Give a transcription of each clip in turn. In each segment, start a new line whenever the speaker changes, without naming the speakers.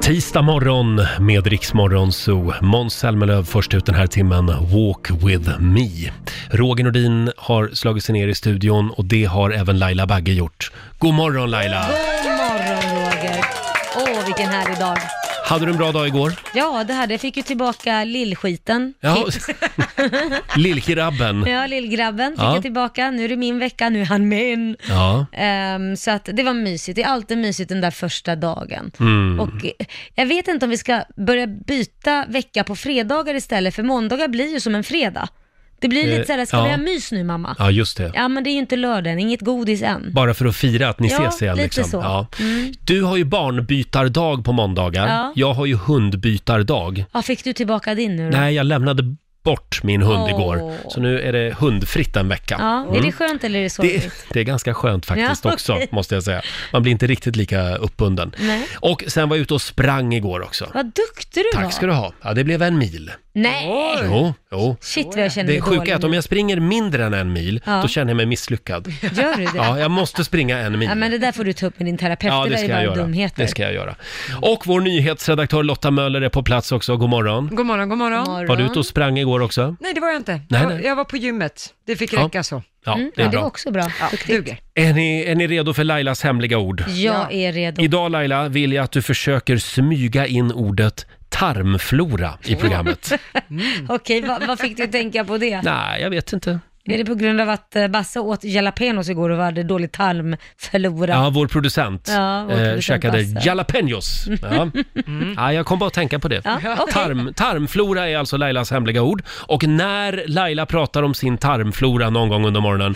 Tisdag morgon med Riksmorgon Zoo. Måns Zelmerlöw först ut den här timmen, Walk with me. Roger Nordin har slagit sig ner i studion och det har även Laila Bagge gjort. God morgon Laila!
God morgon Roger! Åh, vilken härlig dag.
Hade du en bra dag igår?
Ja, det här, det fick ju tillbaka lillskiten.
Ja. Lillkirabben.
Ja, lillgrabben fick
Ja.
jag tillbaka. Nu är det min vecka, nu är han min.
Ja.
Ehm, så att det var mysigt. Det är alltid mysigt den där första dagen.
Mm.
Och eh, jag vet inte om vi ska börja byta vecka på fredagar istället, för måndagar blir ju som en fredag. Det blir
Eh,
lite såhär, ska
ja.
vi ha mys nu mamma?
Ja, just det.
Ja, men det är ju inte lördagen, inget godis än.
Bara för att fira att ni
Ja,
ses igen.
lite
Liksom.
så. Mm.
Ja. Du har ju barnbytardag på måndagar.
Ja.
Jag har ju hundbytardag.
Ja, fick du tillbaka din nu då?
Nej, jag lämnade bort min hund
Mm. Åh.
igår. Så nu är det hundfritt en vecka.
Ja, är
Mm.
det skönt eller är det
det,
sorgligt?
är- det är ganska skönt faktiskt
Ja,
också,
okej.
måste jag säga. Man blir inte riktigt lika uppbunden.
Nej.
Och sen var jag ute och sprang igår också.
Vad duktig du var.
Tack ska du ha. Ja, det blev en mil.
Nej!
Jo, jo.
Shit vad jag känner
Det
mig
sjuka
dålig
är att om jag springer mindre än en mil,
Ja.
då känner jag mig misslyckad.
nu. Gör du det? Ja,
Ja, jag måste springa en mil.
men det där får du ta upp med din terapeut,
Ja,
det,
det
där är
ska jag
bara
göra.
dumheter.
Det ska jag göra. Och vår nyhetsredaktör Lotta Möller är på plats också. God morgon.
God morgon, god morgon.
Morgon.
Var du ute och sprang igår också?
Nej, det var jag inte.
Nej,
jag,
nej.
jag var på gymmet. Det fick
Ja.
räcka så.
Ja,
Mm,
det är
ja, det var
bra.
också bra.
Ja,
Duktigt.
duger.
Är ni, är ni redo för Lailas hemliga ord?
Jag är redo.
Idag Laila vill jag att du försöker smyga in ordet tarmflora i programmet.
Okej, vad, vad fick du tänka på det?
Mm. Nej, jag vet inte.
Är det på grund av att eh, Basse åt jalapenos igår och hade dålig tarmflora?
Ja, vår producent, eh,
Ja, vår producent
käkade
Basse.
jalapenos. Ja. Ja, jag kom bara att tänka på det.
Ja, okej.
Tarm, tarmflora är alltså Lailas hemliga ord. Och när Laila pratar om sin tarmflora någon gång under morgonen,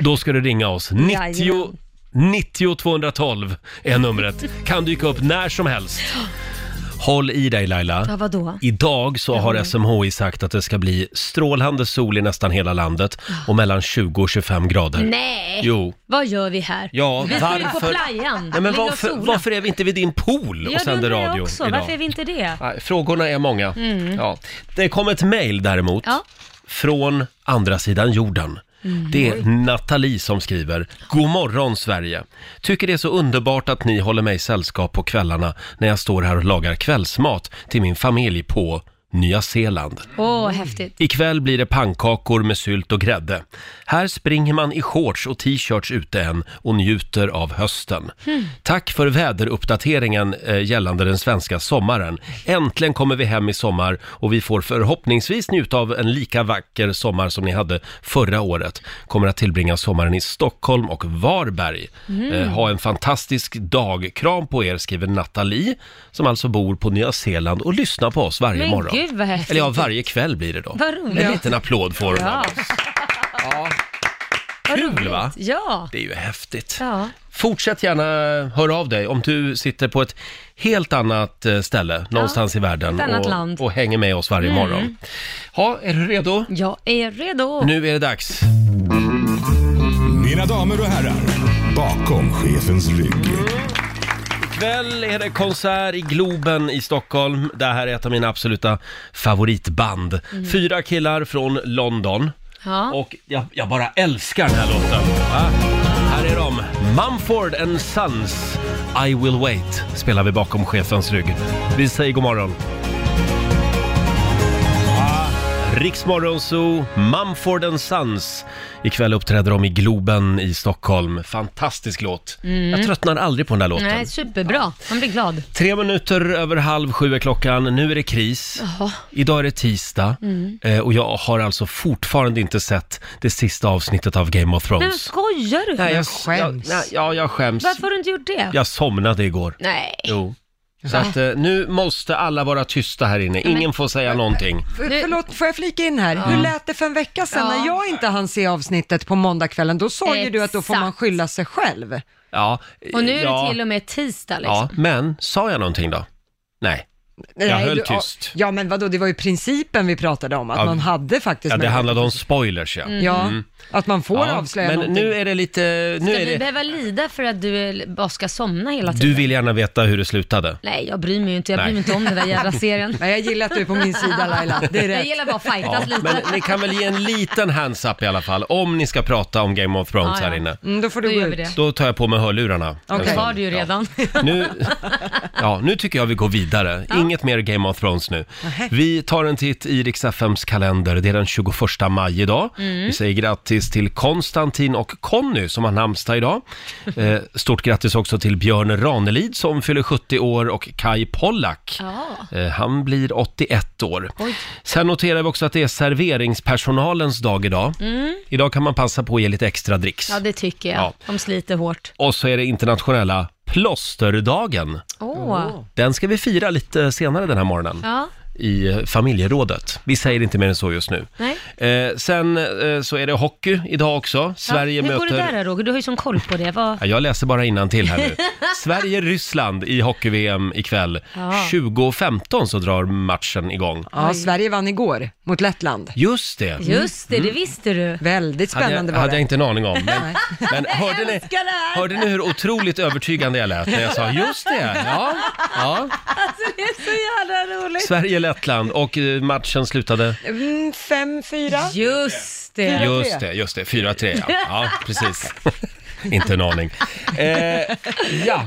då ska du ringa oss. 90,
Jajamän.
90 212 är numret. Kan dyka upp när som helst. Håll i dig Laila.
Ja, vadå?
Idag så har SMHI sagt att det ska bli strålande sol i nästan hela landet och mellan 20 och 25 grader.
Ah. Nej,
Jo.
vad gör vi här?
Ja,
vi står ju på
varför-
playan.
Nej, men
Ligga och
varför,
sola.
varför är vi inte vid din pool och
Ja, det
sänder
undrar jag
radio
också.
idag?
Varför är vi inte det?
Nej, Frågorna är många. Ja. Det kom ett mejl däremot
Ja.
från andra sidan jorden. Det är Nathalie som skriver. God morgon Sverige! Tycker det är så underbart att ni håller mig sällskap på kvällarna när jag står här och lagar kvällsmat till min familj på Nya Zeeland.
Åh, häftigt.
Ikväll blir det pannkakor med sylt och grädde. Här springer man i shorts och t-shirts ute än och njuter av hösten.
Hmm.
Tack för väderuppdateringen eh, gällande den svenska sommaren. Äntligen kommer vi hem i sommar och vi får förhoppningsvis njuta av en lika vacker sommar som ni hade förra året. Kommer att tillbringa sommaren i Stockholm och Varberg.
Mm.
Eh, ha en fantastisk dag. Kram på er, skriver Nathalie, som alltså bor på Nya Zeeland och lyssnar på oss varje
Men
morgon.
gud, vad häftigt.
Eller ja, varje kväll blir det då.
Vad roligt.
En liten applåd får hon av
Ja.
oss. Kul va?
Ja.
Det är ju häftigt.
Ja.
Fortsätt gärna höra av dig om du sitter på ett helt annat eh, ställe någonstans i världen
ett annat
och,
land. Mm.
och hänger med oss varje morgon. Ja, är du redo?
Jag är redo.
Nu är det dags.
Mina damer och herrar, bakom chefens rygg.
Ikväll är det konsert i Globen i Stockholm. Det här är ett av mina absoluta favoritband.
Mm.
Fyra killar från London.
Ja.
Och jag, jag bara älskar den här låten. Ja. Här är de. Mumford and Sons, I will wait, spelar vi bakom chefens rygg. Vi säger god morgon. Riksmorgonzoo, Mumford and Sons. Ikväll uppträder de i Globen i Stockholm. Fantastisk låt. Jag tröttnar aldrig på den där låten.
Nej, superbra. Man blir glad.
Tre minuter över halv sju är klockan. Nu är det kris. Idag är det tisdag
Mm.
eh, och jag har alltså fortfarande inte sett det sista avsnittet av Game of
Men
Thrones.
skojar du?
Nej, jag
skäms.
Jag, nej, ja, jag skäms.
Varför har du inte gjort det?
Jag somnade igår.
Nej,
Jo. Så att, eh, nu måste alla vara tysta här inne. Ingen får säga någonting.
För, förlåt, får jag flika in här? Hur lät det för en vecka sedan
Ja.
när jag inte hann se avsnittet på måndagskvällen? Då sa ju du att då får man
Exakt.
skylla sig själv.
Ja, eh,
och nu är
ja,
det till och med tisdag liksom.
Ja, men sa jag någonting då? Nej.
Nej,
höll
du-
tyst.
Ja, men vadå, det var ju principen vi pratade om, att
Ja,
man hade faktiskt...
Ja, det
möjlighet.
handlade om spoilers ja.
Mm.
Ja, att man får
Ja,
avslöja
Men
någonting.
nu är det lite... Nu
Ska
är
vi
det...
behöva lida för att du eh, bara ska somna hela tiden?
Du vill gärna veta hur det slutade.
Nej, jag bryr mig ju inte. Jag bryr
Nej.
mig inte om den där jävla serien.
Nej, jag gillar att du är på min sida Laila, det är
Jag
rätt.
gillar bara att
Ja,
fightas lite.
men ni kan väl ge en liten hands-up i alla fall, om ni ska prata om Game of Thrones
Ja, ja.
här inne.
Mm, då får
Då
du gå
gör vi
ut.
det.
Då tar jag på mig hörlurarna. en
Okej.
Det
stund.
var det ju redan.
Ja. Nu, ja, nu tycker jag vi går vidare. Inget mer Game of Thrones nu.
Nähä.
Vi tar en titt i Rix FMs kalender. Det är den 21 maj idag.
Mm.
Vi säger grattis till Konstantin och Conny som har namnsdag idag. Eh, stort grattis också till Björn Ranelid som fyller 70 år och Kai Pollak.
Ja.
Eh, Han blir 81 år.
Oj.
Sen noterar vi också att det är serveringspersonalens dag idag. Idag kan man passa på att ge lite extra dricks.
Mm. ja, det tycker jag.
Ja.
De sliter hårt.
Och så är det internationella plåsterdagen.
Åh.
Den ska vi fira lite senare den här morgonen
Ja.
i eh, familjerådet. Vi säger inte mer än så just nu.
Nej.
Eh, sen eh, så är det hockey idag också. Sverige
ja. Hur går det där
möter...
då, Roger? Du har ju sån koll på det. Vad...
Ja, jag läser bara innan till här nu. Sverige-Ryssland i hockey-VM ikväll.
Ja.
20.15 så drar matchen igång.
Ja, Sverige vann igår mot Lettland.
Just det!
Just det,
Mm.
det visste du.
Väldigt
Hade jag,
spännande var
hade jag
det.
inte en aning om. Men,
Nej.
men hörde, ni,
älskar det här!
hörde ni hur otroligt övertygande jag lät när jag sa just det? Ja, ja.
Det är så jävla roligt.
Sverige-Lettland och eh, matchen slutade
Mm, Fem, fyra.
Just det.
Just det, just det. 4-3 ja. ja precis. Inte en aning. Eh, ja,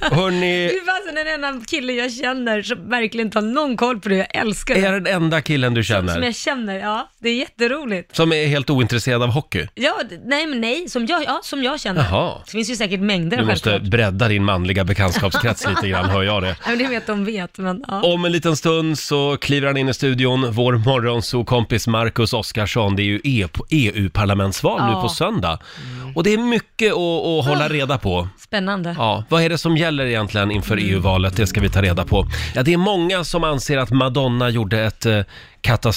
hörni.
Du var den enda killen jag känner som verkligen inte har någon koll på det. Jag älskar
Är
det.
jag den enda killen du
Som
känner
jag känner, ja. Det är jätteroligt.
som är helt ointresserad av hockey?
Ja, d- nej men nej, som jag, ja, som jag känner.
Jaha.
Det finns ju säkert mängder
Du måste
självklart.
bredda din manliga bekantskapskrets lite grann, hör jag det.
Nej, men det vet de vet, men ja.
Om en liten stund så kliver han in i studion, vår morgonsokompis Marcus Oskarsson. Det är ju E- EU-parlamentsval nu
Ja. Mm. Ah.
på söndag. Och det är mycket att, att hålla reda på.
Spännande.
Ja, vad är det som gäller egentligen inför
Mm.
EU-valet? Det ska vi ta reda på. Ja, det är många som anser att Madonna gjorde ett eh,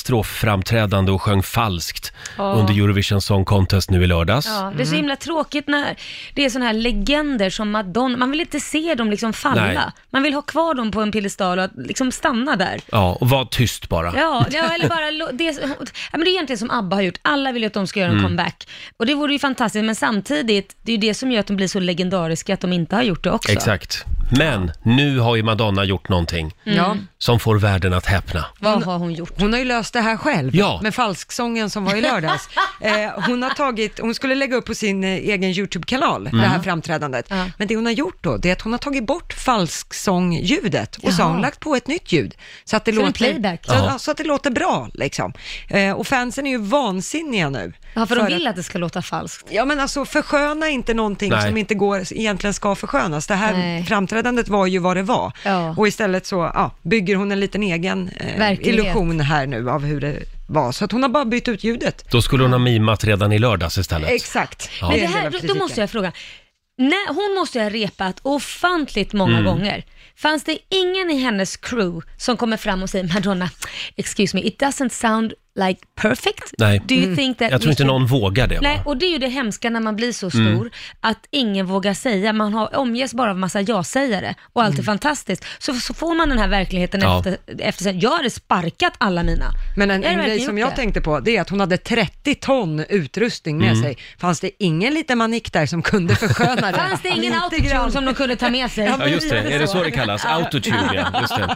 katastrofframträdande och sjöng falskt
Ja.
under Eurovision Song Contest nu i lördags.
Ja, det är så
Mm.
himla tråkigt när det är sådana här legender som Madonna. Man vill inte se dem liksom falla.
Nej.
Man vill ha kvar dem på en piedestal och att liksom stanna där.
Ja, och var tyst bara.
Ja, ja eller bara... lo- Det, ja, men det är egentligen som ABBA har gjort. Alla vill ju att de ska göra en
Mm.
comeback. Och det vore ju fantastiskt, men samtidigt, det är ju det som gör att de blir så legendariska att de inte har gjort det också.
Exakt. Men nu har ju Madonna gjort någonting
Mm.
Ja.
som får världen att häpna.
Vad har hon gjort?
Hon har ju löst det här själv
Ja.
med falsksången som var i lördags. Eh, hon, har tagit, hon skulle lägga upp på sin eh, egen YouTube-kanal, det här framträdandet.
Ja.
Men det hon har gjort då, det är att hon har tagit bort falsksångljudet och så har hon
Jaha.
lagt på ett nytt ljud. Så att det,
Som en
låter,
playback.
så,
Jaha.
ja, så att det låter bra liksom. Eh, och fansen är ju vansinniga nu.
Ja, för de
att-
vill att det ska låta falskt.
Ja men alltså försköna inte någonting
Nej.
som inte går, egentligen ska förskönas. Det här
Nej.
framträdandet var ju vad det var.
Ja.
Och istället så ja, bygger hon en liten egen eh,
Verklighet.
illusion här nu av hur det var. Så att hon har bara bytt ut ljudet.
Då skulle hon ha mimat redan i lördags istället.
Exakt.
Men
är
det
en del
här,
av
då, då
kritiken.
måste jag fråga. Nej, hon måste ju ha repat ofantligt många
Mm.
gånger. Fanns det ingen i hennes crew som kommer fram och säger Madonna, excuse me, it doesn't sound like perfect?
Nej.
Do you think that
Jag tror
we
inte
should-"
någon vågar det.
Nej,
Va?
och det är ju det hemska när man blir så stor,
Mm.
att ingen vågar säga. Man har, omges bara av massa ja-sägare och allt är fantastiskt. Så, så får man den här verkligheten
Mm. Ja.
efter, efter sig. Jag hade sparkat alla mina.
Men en,
Jag hade
en grej
verkligen
som
gjort
jag
det.
tänkte på, det är att hon hade 30 ton utrustning med sig. Fanns det ingen liten manik där som kunde försköna det?
Fanns det ingen
Lite
autotune
grann?
som de kunde ta med sig?
Ja, just det. Är det så det kallas? Autotune, ja. Just det.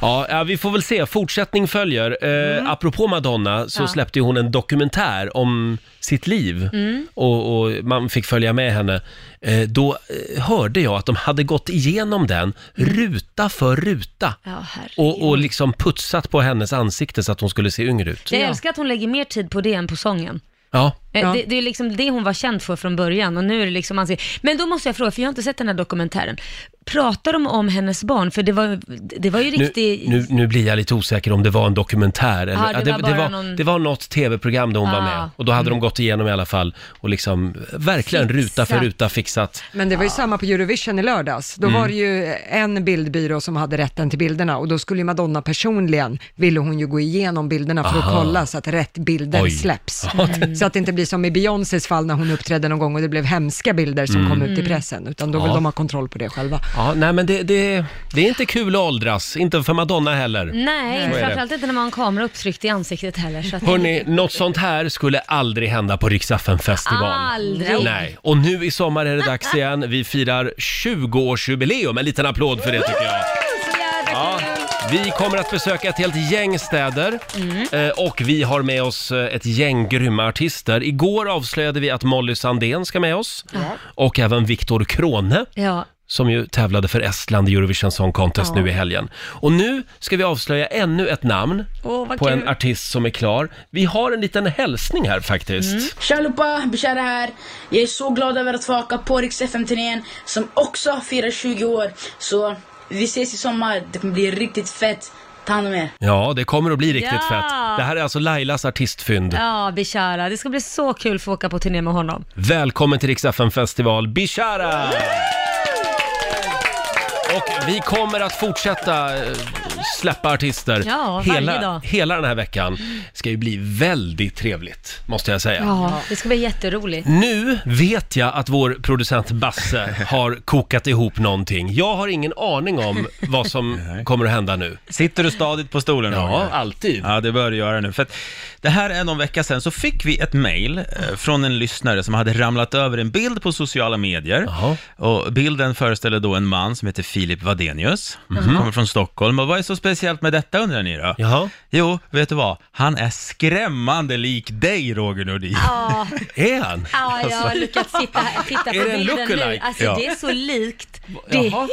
Ja, ja, vi får väl se. Fortsättning följer. Eh, Apropå Madonna så
Ja.
släppte ju hon en dokumentär om sitt liv och, och man fick följa med henne. Eh, då eh, hörde jag att de hade gått igenom den ruta för ruta
Ja, herregud.
och, och liksom putsat på hennes ansikte så att hon skulle se yngre ut.
Jag
Ja.
älskar att hon lägger mer tid på det än på sången.
Ja,
Eh,
Ja.
Det, det är liksom det hon var känd för från början och nu är det liksom man ser. Men då måste jag fråga, för jag har inte sett den här dokumentären. Pratar de om hennes barn? För det var, det var ju
nu,
riktigt...
nu, nu blir jag lite osäker om det var en dokumentär. Eller,
Ja, det
ja, det,
var bara
var,
någon-
det var något tv-program där hon var
Ah.
med och då hade de gått igenom i alla fall och liksom verkligen ruta för
Fixat.
ruta fixat.
Men det var ju samma på Eurovision i lördags.
Mm.
Då var det ju en bildbyrå som hade rätten till bilderna och då skulle ju Madonna personligen, ville hon ju gå igenom bilderna för
Aha.
att kolla så att rätt bilder
Oj.
släpps. Mm. Så att det inte blir som i Beyoncés fall när hon uppträdde någon gång och det blev hemska bilder som kom ut i pressen, utan då vill
Mm. Ja.
de ha kontroll på det själva.
Ja, nej men det, det, det är inte kul att åldras, inte för Madonna heller.
Nej,
Så är det.
framförallt inte när man har en kamera upptryckt i ansiktet heller. Så att
Hörni, något sånt här skulle aldrig hända på Riksaffen festival.
Aldrig.
Nej. Och nu i sommar är det dags igen. Vi firar 20-årsjubileum. En liten applåd för det tycker jag.
Så jävla
Ja.
kul.
Vi kommer att besöka ett helt gäng städer
Mm.
Eh, och vi har med oss eh, ett gäng grymma artister. Igår avslöjade vi att Molly Sandén ska med oss och även Viktor Krone
Ja,
som ju tävlade för Estland i Eurovision Song Contest
Ja.
nu i helgen. Och nu ska vi avslöja ännu ett namn
Åh, vad
på en
kul.
artist som är klar. Vi har en liten hälsning här faktiskt.
Mm.
Tja allihopa, Bishara här. Jag är så glad över att få haka på Rix FM-turnén som också firar 20 år. Så vi ses i sommar, det kommer bli riktigt fett. Ta hand om er.
Ja, det kommer att bli riktigt
Ja.
fett. Det här är alltså Lailas artistfynd.
ja Bishara. Det ska bli så kul att få åka på turné med honom.
Välkommen till Rix FM festival Bishara! Och vi kommer att fortsätta eh, släppa artister
Ja, varje
hela,
dag.
hela den här veckan. ska ju bli väldigt trevligt, måste jag säga.
Ja, det ska bli jätteroligt.
Nu vet jag att vår producent Basse har kokat ihop någonting. Jag har ingen aning om vad som kommer att hända nu.
Sitter du stadigt på stolen
Ja,
Roger?
alltid.
Ja, det bör du göra nu. För att det här är någon vecka sedan så fick vi ett mejl eh, från en lyssnare som hade ramlat över en bild på sociala medier.
Jaha.
Och bilden föreställer då en man som heter Filip Vadenius,
Mhm.
som kommer från Stockholm. Och vad är så speciellt med detta undrar ni då?
Jaha.
Jo, vet du vad? Han är skrämmande lik dig, Roger Nordin.
Ja,
Är han?
ja jag har lyckats titta, titta på
Är det en
bilden nu.
lookalike?
Alltså
Ja.
det är så likt. Det,
Jaha.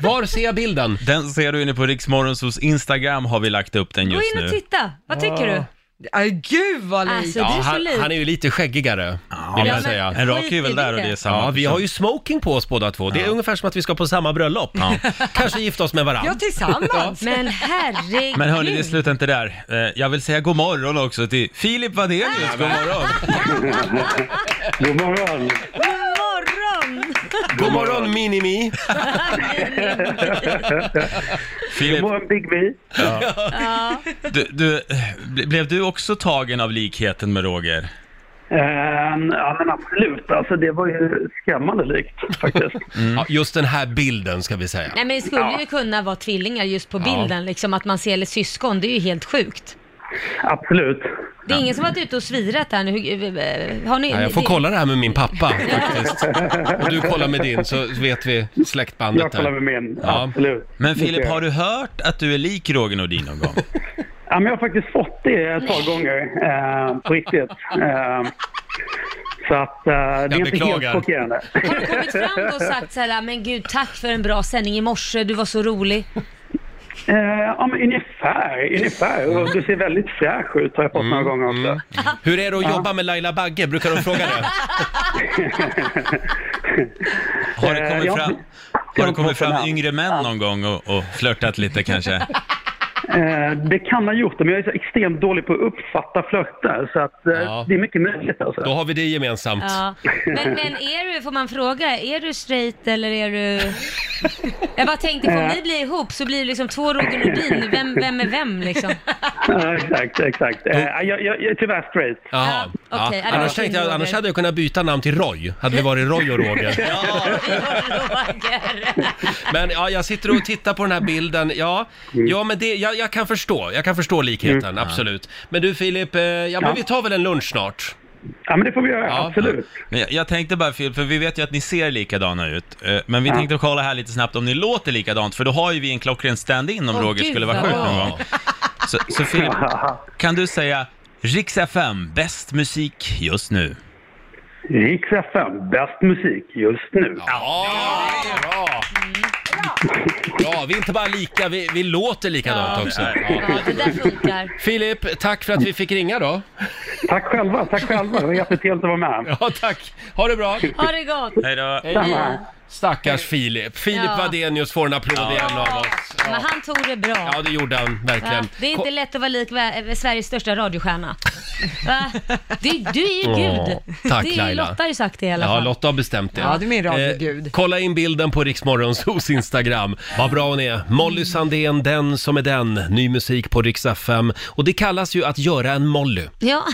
Var ser jag bilden?
Den ser du inne på Riksmorgonsos Instagram har vi lagt upp den
gå
just
in och
nu.
titta. Vad tycker du?
Aj, gud vad likt!
Alltså,
Ja,
du är så
han,
lik.
han är ju lite skäggigare, vill jag
men-
säga.
En rak
Skit
är
i
väl där och
det.
det är samma
Ja, vi
person.
har ju smoking på oss båda två. Det är ungefär som att vi ska på samma bröllop. Kanske gifta oss med
Ja,
varandra.
tillsammans!
Men herregud.
Men hörni, det slutar inte där. Eh, Jag vill säga god morgon också till Filip Wadenius. God morgon!
God
God morgon!
morgon!
God morgon Minimi!
Filip,
God morgon Big B!
du, du, eh, ble- blev du också tagen av likheten med Roger?
Ehm, ja men absolut, alltså det var ju skrämmande likt faktiskt.
Ja, just den här bilden ska vi säga.
Nej men det skulle ju kunna vara tvillingar just på bilden, liksom att man ser eller syskon, det är ju helt sjukt.
Absolut.
Det är ingen som varit ute och svirat där nu? Hur- eh, Har ni,
Ja, jag får
det-
kolla det här med min pappa faktiskt. Och du kollar med din så vet vi
Jag
släktbandet
kollar
där.
med min,
Ja.
absolut.
Men
Det
Filip,
ser
har
jag.
du hört att du är lik Roger Nordin någon gång?
Ja men jag har faktiskt fått det ett par gånger ehm, på riktigt. Ehm, så att eh, det är inte
beklagar.
helt chockerande.
Har du kommit fram då och sagt så här, "Ah, men gud tack för en bra sändning i morse, du var så rolig.
Ehm, ja men ungefär, ungefär.
Mm.
Och du ser väldigt fräsch ut har jag fått några gånger också.
Hur är det att jobba med Laila Bagge? Brukar de fråga det?
Har det
Eh,
kommit
jag-
fram, har
jag
det kommit
har fått
fram
en
yngre män någon gång och, och flörtat lite kanske?
Ehm, det kan ha gjort det, men jag är så extremt dålig på att uppfatta flörtar så att eh,
Ja.
det är mycket möjligt alltså.
Då har vi det gemensamt.
Ja. Men, men är du, får man fråga, är du straight eller är du... Jag bara tänkte, får ni bli ihop så blir det liksom två Roger Nordin, vem, vem är vem liksom?
Ja, exakt, exakt. Eh, jag, jag, jag är tyvärr straight.
Jaha.
Ja,
Mm.
okej.
Ja.
Ja, det
Annars,
var
tänkte jag,
Roger.
annars hade jag kunnat byta namn till Roy. Hade det varit Roy och Roger.
Roger.
Men ja, jag sitter och tittar på den här bilden. Ja, ja men det, jag, jag kan förstå. Jag kan förstå likheten, absolut. Men du Filip, eh, ja, men vi tar väl en lunch snart?
Ja, men det får vi göra,
Ja.
absolut.
Men jag, jag tänkte bara Filip, för vi vet ju att ni ser likadana ut. eh, Men vi tänkte kolla här lite snabbt om ni låter likadant, för då har ju vi en klockren stand-in om
Åh,
Roger
gud,
skulle vara
vad
sjuk
bra.
någon gång. Så, så Filip, kan du säga Rix FM, bäst musik just nu?
Rix FM, bäst musik just nu.
Ja, bra! Ja, vi är inte bara lika, vi, vi låter likadant också. Ja.
Ja, det där funkar.
Filip, tack för att vi fick ringa då.
Tack själva, tack själva. Det var jättetrevligt att vara med.
Ja, tack. Ha det bra.
Ha det gott!
Hej då!
Samma.
Stackars Filip. Filip
Ja.
Wadenius får en applåd igen av oss.
Men han tog det bra.
Ja, det gjorde han
Va?
verkligen.
Det är
Ko-
inte lätt att vara lik vä- eh, Sveriges största radiostjärna. Va? Du, du är ju gud.
Åh, tack,
det är,
Laila.
Lotta har ju sagt det i alla
Ja,
fall.
Lotta har bestämt det. Eh,
Ja, du är min radiogud.
kolla in bilden på Riksmorgonsos Instagram. Vad bra hon är.
Mm.
Molly Sandén, den som är den. Ny musik på Rix FM. Och det kallas ju att göra en Molly.
ja.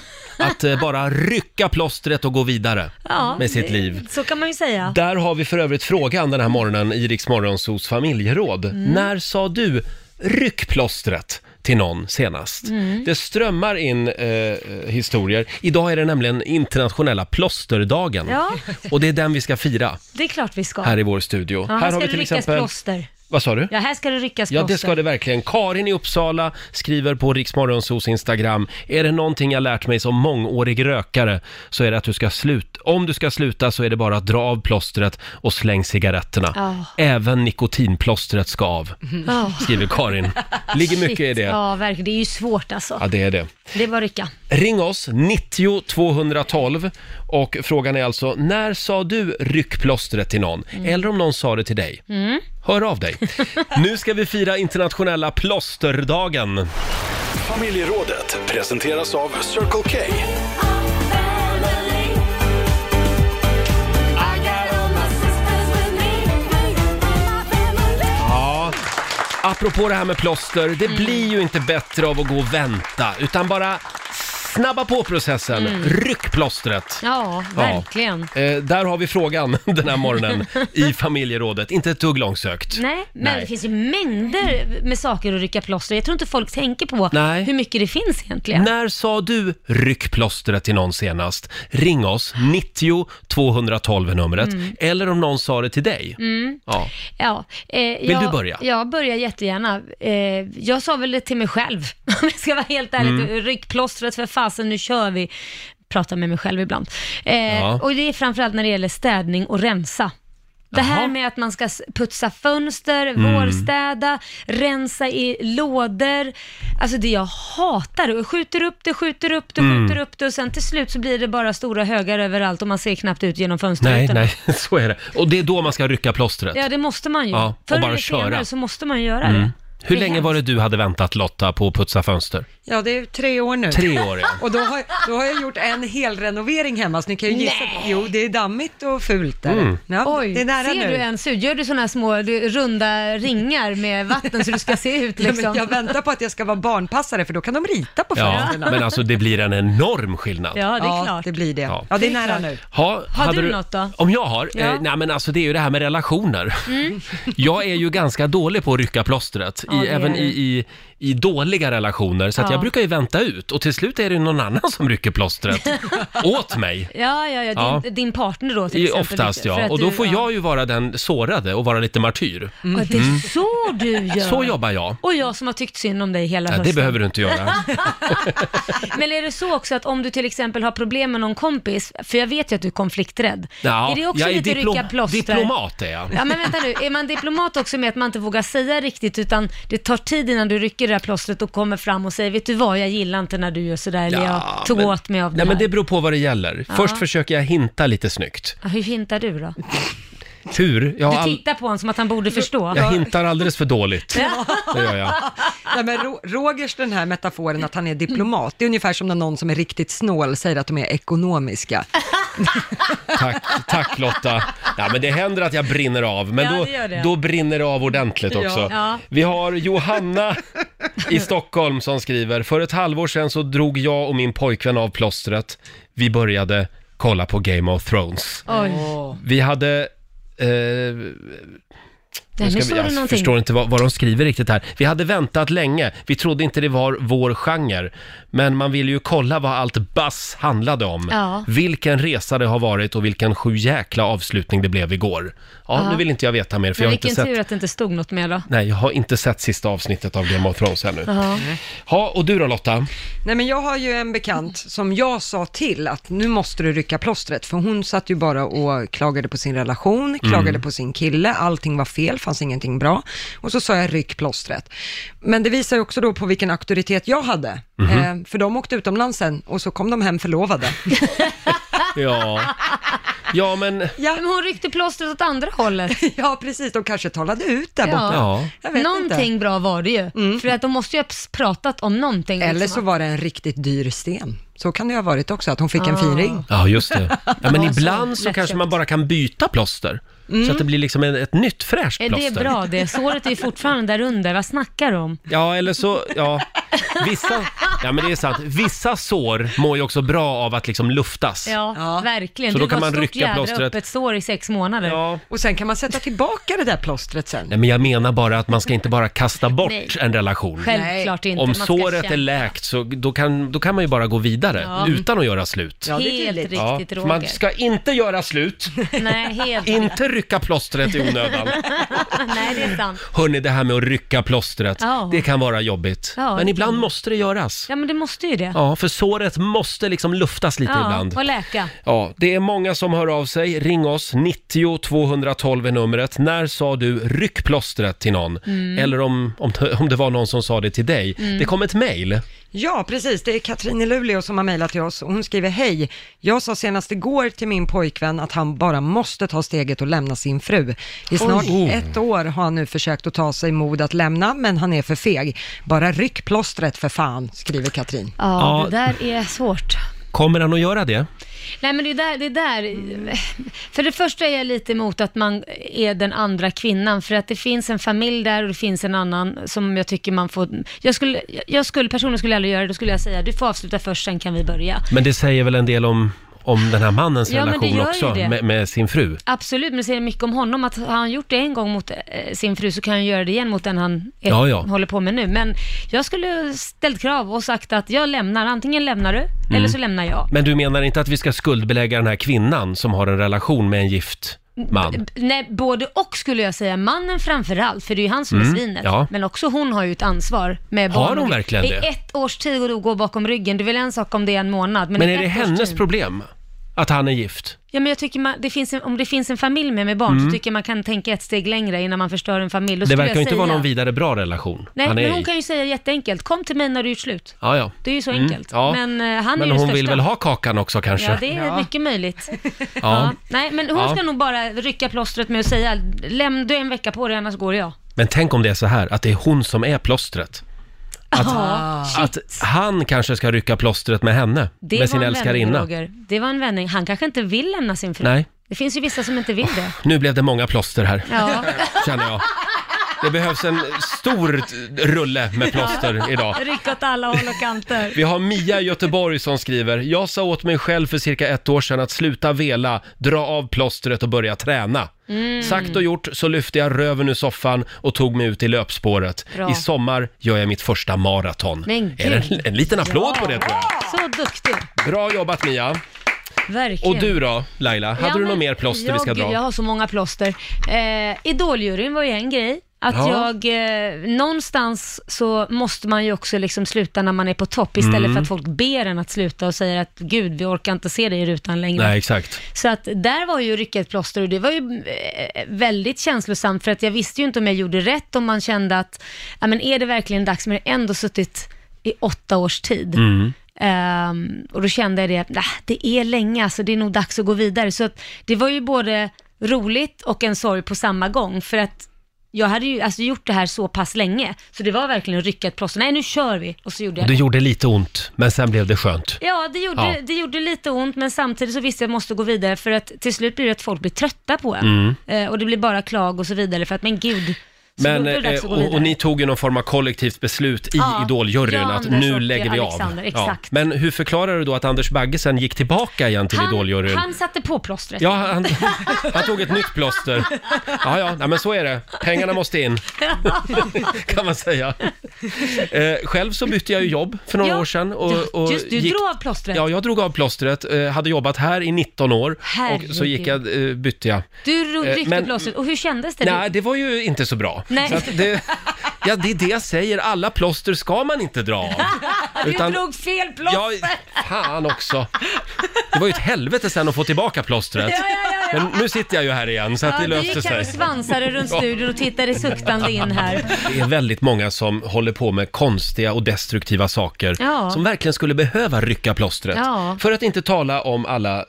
Att eh, bara rycka plåstret och gå vidare
Ja,
med sitt liv.
så kan man ju säga.
Där har vi för övrigt frågan den här morgonen i Rix Morgonzos familjeråd.
Mm.
När sa du ryck plåstret till någon senast?
Mm.
Det strömmar in eh, historier. Idag är det nämligen internationella plåsterdagen.
Ja.
Och det är den vi ska fira
Det är klart vi ska.
här i vår studio.
ja, här,
här
ska
har vi
det
till
ryckas
exempel...
plåster.
Vad sa du?
Ja, här ska det ryckas
Ja,
plåster.
det ska det verkligen. Karin i Uppsala skriver på Riksmorgonsos Instagram. Är det någonting jag lärt mig som mångårig rökare så är det att du ska sluta. Om du ska sluta så är det bara att dra av plåstret och släng cigaretterna.
Ja.
Även nikotinplåstret ska av,
Ja.
skriver Karin. Ligger mycket i
Shit,
det.
Ja, verkligen. Det är ju svårt alltså.
Ja, det är det.
Det var rycka.
Ring oss, 90 212. Och frågan är alltså, när sa du ryck plåstret till någon?
Mm.
Eller om någon sa det till dig? Hör av dig. nu ska vi fira internationella plåsterdagen.
Familjerådet presenteras av Circle K.
Ja. Apropå det här med plåster,
Mm.
det blir ju inte bättre av att gå och vänta, utan bara snabba på processen. Ryck plåstret!
Mm. Ja, verkligen.
Eh, där har vi frågan den här morgonen i familjerådet. Inte ett dugg långsökt.
Nej, men
Nej.
det finns ju mängder med saker att rycka plåster. Jag tror inte folk tänker på
Nej.
hur mycket det finns egentligen.
När sa du ryck plåstret till någon senast? Ring oss, 90 212 är numret.
Mm.
Eller om någon sa det till dig. Ja.
Ja, eh, Vill
du börja?
Jag börjar jättegärna. Eh, jag sa väl det till mig själv, om jag ska vara helt ärlig.
Mm.
Ryck plåstret för fasen, nu kör vi. Pratar med mig själv ibland. Eh,
Ja.
Och det är framförallt när det gäller städning och rensa. Det här
Jaha. Mm.
med att man ska s- putsa fönster, vårstäda, rensa i lådor. Alltså det jag hatar, och skjuter upp det, skjuter upp det,
Mm.
skjuter upp det och sen till slut så blir det bara stora högar överallt och man ser knappt ut genom
Nej,
fönsterrutorna.
nej, så är det. Och det är då man ska rycka plåstret.
Ja, det måste man ju.
Ja, och
Förr
bara
eller
köra. Mm.
senare så måste man ju göra det.
Hur
Det är
länge var det du hade väntat Lotta på att putsa fönster?
Ja, det är tre år nu.
Tre år, ja.
Och då har, då har jag gjort en hel renovering hemma, så ni kan ju gissa. Jo, det är dammigt och fult där.
Mm.
Ja,
Oj,
det är nära
ser
nu.
du ens ut? Gör du sådana här små du, runda ringar med vatten så du ska se ut
Ja, men
liksom?
Jag väntar på att jag ska vara barnpassare, för då kan de rita på
Ja,
fönstren.
men alltså det blir en enorm skillnad.
Ja, det är klart.
det blir det.
Ja.
Ja, det är
Det är
nära
klart.
nu.
Ha,
Har
hade
du något då?
Om jag har?
Ja. Mm.
Eh, nej men alltså det är ju det här med relationer. Jag är ju ganska dålig på att rycka plåstret,
Ja,
i,
det är
även
du.
i, i, i dåliga relationer. Så att
Ja.
jag brukar ju vänta ut och till slut är det ju någon annan som rycker plåstret åt mig.
Ja, ja, ja. Din,
Ja.
din partner då till
I,
exempel. liksom,
oftast
För
ja,
att
och då
du-
får jag ju vara den sårade och vara lite martyr.
Ja, det är så du gör.
Så jobbar jag.
Och jag som har tyckt synd om dig
Ja,
hela hösten.
det behöver du inte göra.
Men är det så också att om du till exempel har problem med någon kompis, för jag vet ju att du är konflikträdd.
Ja,
är det också
jag
lite
diplom-
rycka plåster?
Diplomat är jag.
Ja men vänta nu, är man diplomat också med att man inte vågar säga riktigt utan det tar tid innan du rycker det här plåstret och kommer fram och säger vet du vad, jag gillar inte när du gör sådär eller jag tog
men-
åt mig av det
Nej,
här.
men det beror på vad det gäller. Först försöker jag hinta lite snyggt.
ja, hur hintar du då?
Tur, jag, har
Du
all...
tittar på honom som att han borde förstå.
jag hintar alldeles för dåligt. Det gör jag.
Nej, men Ro- Rogers den här metaforen att han är diplomat, det är ungefär som när någon som är riktigt snål säger att de är ekonomiska.
Tack, tack Lotta. Ja, men det händer att jag brinner av, men
Ja,
då,
det gör det.
då brinner det av ordentligt också.
Ja.
Vi har Johanna i Stockholm som skriver, för ett halvår sedan så drog jag och min pojkvän av plåstret. Vi började kolla på Game of Thrones.
Oj,
Vi hade... Eh,
nej,
ska
nu
vi,
såg du
jag
någonting.
förstår inte vad, vad de skriver riktigt här. Vi hade väntat länge, vi trodde inte det var vår genre. Men man ville ju kolla vad allt bass handlade om.
Ja.
Vilken resa det har varit och vilken sju jäkla avslutning det blev igår. Ja,
Ja.
nu vill inte jag veta mer för jag
Men
har inte
vilken
sett...
tur att det inte stod något mer då.
Nej, jag har inte sett sista avsnittet av Game of Thrones ännu.
Ja.
Ja, och du då Lotta?
Nej, men jag har ju en bekant
Mm.
som jag sa till att nu måste du rycka plåstret, för hon satt ju bara och klagade på sin
Mm.
relation, klagade på sin kille, allting var fel, fanns ingenting bra. Och så sa jag ryck plåstret. Men det visar ju också då på vilken auktoritet jag hade,
Mhm.
eh, för de åkte utomlands sen och så kom de hem förlovade.
Ja, ja men...
ja,
Men hon ryckte plåstret åt andra hållet.
ja, precis, de kanske talade ut där borta.
Ja.
Jag vet
Någonting
inte.
bra var det ju.
Mm.
För att de måste ju ha pratat om någonting.
Eller
liksom.
så var det en riktigt dyr sten. Så kan det ju ha varit också, att hon fick en
Ah.
fin ring.
Ja, just det. Ja, men
Ja, så
ibland så kanske
lättköpt.
man bara kan byta plåster. Så att det blir liksom ett, ett nytt fräscht
Är
plåster.
det bra det? Såret är ju fortfarande där under. Vad snackar du om?
Ja, eller så, ja. Vissa, Ja, men det är sant. Vissa sår mår ju också bra av att liksom luftas.
Ja,
Ja.
verkligen.
Så då
du
kan
var
man
stort
rycka
jädra
plåstret.
upp ett sår i sex månader.
Ja.
Och sen kan man sätta tillbaka det där plåstret sen.
Nej, men jag menar bara att man ska inte bara kasta bort
Nej.
en relation.
Självklart inte.
Om
man ska
såret
kämpa.
är läkt så då kan, då kan man ju bara gå vidare
Ja.
utan att göra slut.
Ja, det är
Helt
tydligt.
riktigt,
Ja, för
Roger.
man ska inte göra slut,
Nej, helt
inte rycka plåstret i onödan.
Nej, det är sant.
Hörni, det här med att rycka plåstret,
Ja.
det kan vara jobbigt.
Ja,
men
det
ibland
kan-
måste det göras.
Ja, men det måste ju det.
Ja, för såret måste liksom luftas lite ibland.
och läka.
Ja, det är många som hör av sig. Ring oss, 90 212 är numret. När sa du ryck plåstret till någon?
Mm.
Eller om, om, om det var någon som sa det till dig. Det kom ett mejl.
Ja, precis. Det är Katrin i Luleå som har mejlat till oss och hon skriver Hej, jag sa senast igår till min pojkvän att han bara måste ta steget och lämna sin fru. I snart
Oj.
ett år har han nu försökt att ta sig mod att lämna, men han är för feg. Bara ryck plåstret för fan, skriver Katrin.
Ja,
Ja.
det där är svårt.
Kommer han att göra det?
Nej, men det är där, det är där. För det första är jag lite emot att man är den andra kvinnan, för att det finns en familj där och det finns en annan som jag tycker man får... Jag skulle, jag skulle personligen skulle jag aldrig göra det, då skulle jag säga du får avsluta först, sen kan vi börja.
Men det säger väl en del om, om den här mannens
Ja, men det
relation
gör ju
också
det.
med, med sin fru.
Absolut, men det säger mycket om honom att har han gjort det en gång mot eh, sin fru så kan han göra det igen mot den han är,
Ja, ja.
håller på med nu. Men jag skulle ställt krav och sagt att jag lämnar, antingen lämnar du
Mm.
eller så lämnar jag.
Men du menar inte att vi ska skuldbelägga den här kvinnan som har en relation med en gift
Mm,
man?
Nej, både och skulle jag säga. Mannen framför allt, för det är ju han som är svinet.
Mm, ja.
Men också hon har ju ett ansvar med
Har
barn.
hon
och-
verkligen
I
det?
ett års tid och då går bakom ryggen. Det är väl en sak om det är en månad. Men,
Men
i
är det
ett års
hennes
tid-
problem att han är gift?
Ja, men jag tycker man, det finns en, om det finns en familj med, med barn så tycker jag man kan tänka ett steg längre innan man förstör en familj. Då
Mm. Det
skulle
verkar
jag
ju inte
säga,
vara någon vidare bra relation
Nej,
han är
men
i.
hon kan ju säga jätteenkelt. Kom till mig när du är gjort slut.
Ja, ja.
Det är ju så enkelt.
Mm, ja.
Men eh, han
Men
är ju
hon
största.
vill väl ha kakan också kanske?
Ja, det är mycket möjligt. ja.
Ja.
Nej, men hon
Ja.
ska nog bara rycka plåstret med att säga, lämn du en vecka på dig annars går jag.
Men tänk om det är så här, att det är hon som är plåstret. Att, att han kanske ska rycka plåstret med henne,
Ah, Det
med sin
var en vändning,
älskarinna.
Roger. Det var en vändning. Han kanske inte vill lämna sin fru.
Nej.
Det finns ju vissa som inte vill det.
Nu blev det många plåster här,
Ja.
känner jag. Det behövs en stor t- rulle med plåster idag.
Rycka åt alla håll och kanter.
Vi har Mia i Göteborg som skriver, jag sa åt mig själv för cirka ett år sedan att sluta vela, dra av plåstret och börja träna.
Mm.
Sagt och gjort så lyfte jag röven ur soffan och tog mig ut i löpspåret.
Bra.
I sommar gör jag mitt första maraton.
Men
Är det en,
gud.
en liten applåd på det tror jag.
Så duktig.
Bra jobbat Mia!
Verkligen.
Och du då Laila, hade
Ja,
du
men
något mer plåster
jag,
vi ska dra?
Jag har så många plåster. Eh, Idoljuryn var ju en grej. Att
Ja.
jag, eh, någonstans så måste man ju också liksom sluta när man är på topp istället
Mm.
för att folk ber en att sluta och säger att gud, vi orkar inte se dig i rutan längre.
Nej, exakt.
Så att där var ju rycka ett plåster och det var ju eh, väldigt känslosamt för att jag visste ju inte om jag gjorde rätt om man kände att, ja men är det verkligen dags, men jag har ändå suttit i åtta års tid. Ehm, och då kände jag det, att, "Nah, det är länge, alltså det är nog dags att gå vidare. Så att det var ju både roligt och en sorg på samma gång för att jag hade ju alltså, gjort det här så pass länge, så det var verkligen att rycka ett plåster, nej nu kör vi, och så gjorde jag
Och
det.
det gjorde lite ont, men sen blev det skönt.
Ja, det gjorde,
Ja.
det gjorde lite ont, men samtidigt så visste jag att jag måste gå vidare för att till slut blir det att folk blir trötta på en.
Mm.
Eh, och det blir bara klag och så vidare för att, men gud. Så
Men,
då är det dags
eh,
att gå
och, och
vidare.
ni tog ju någon form av kollektivt beslut i
Ja,
Idoljuryn
jag,
att
Anders
nu
och
lägger vi
Alexander,
av. Ja.
exakt.
Men hur förklarar du då att Anders Bagge sen gick tillbaka igen till
han,
Idoljuryn?
han satte på plåstret.
Ja, han, han tog ett nytt plåster. Ja, ja, nej, men så är det. Pengarna måste in, kan man säga. Eh, själv så bytte jag ju jobb för några
Ja,
år sedan. Och,
du-
och
just, du drog av plåstret.
Ja, jag drog av plåstret. Eh, hade jobbat här i 19 år och så
Herregud.
gick jag, eh, bytte jag.
Du ro-
Eh,
ryckte
men-
plåstret, och hur kändes det?
Nej, det var ju inte så bra.
Nej.
Så att det, ja, det är det jag säger. Alla plåster ska man inte dra av.
du drog fel plåster!
Ja, fan också. Det var ju ett helvete sen att få tillbaka plåstret.
Ja, ja, ja, ja.
Men nu sitter jag ju här igen så att
Ja,
det
du gick
löste
här
sig.
och svansade runt studion och tittade suktande in här.
Det är väldigt många som håller på med konstiga och destruktiva saker
Ja.
som verkligen skulle behöva rycka plåstret.
Ja.
För att inte tala om alla eh,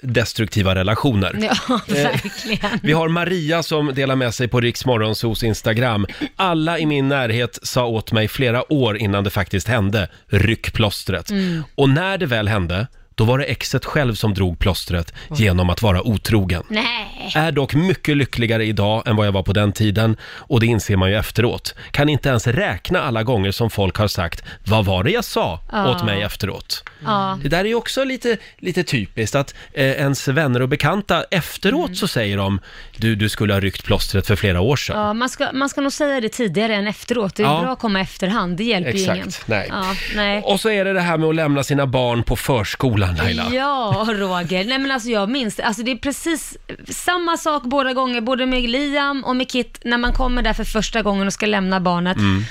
destruktiva relationer.
Ja, verkligen.
Vi har Maria som delar med sig på Riksmorgonsos Instagram. Alla i min närhet sa åt mig flera år innan det faktiskt hände, ryck plåstret. Och när det väl hände, då var det exet själv som drog plåstret genom att vara otrogen.
Nej.
Är dock mycket lyckligare idag än vad jag var på den tiden och det inser man ju efteråt. Kan inte ens räkna alla gånger som folk har sagt “Vad var det jag sa?”
Ja.
åt mig efteråt.
Ja.
Det där är ju också lite, lite typiskt att eh, ens vänner och bekanta efteråt
Mm.
så säger de du, du skulle ha ryckt plåstret för flera år sedan.
Ja, man, ska, man ska nog säga det tidigare än efteråt. Det är
Ja.
bra att komma efterhand, det hjälper ju
Exakt,
ingen.
nej.
Ja, nej.
Och så är det det här med att lämna sina barn på förskolan Laila.
Ja, Roger. Nej men alltså jag minns det. alltså det är precis samma sak båda gånger, både med Liam och med Kit, när man kommer där för första gången och ska lämna barnet.
Mm.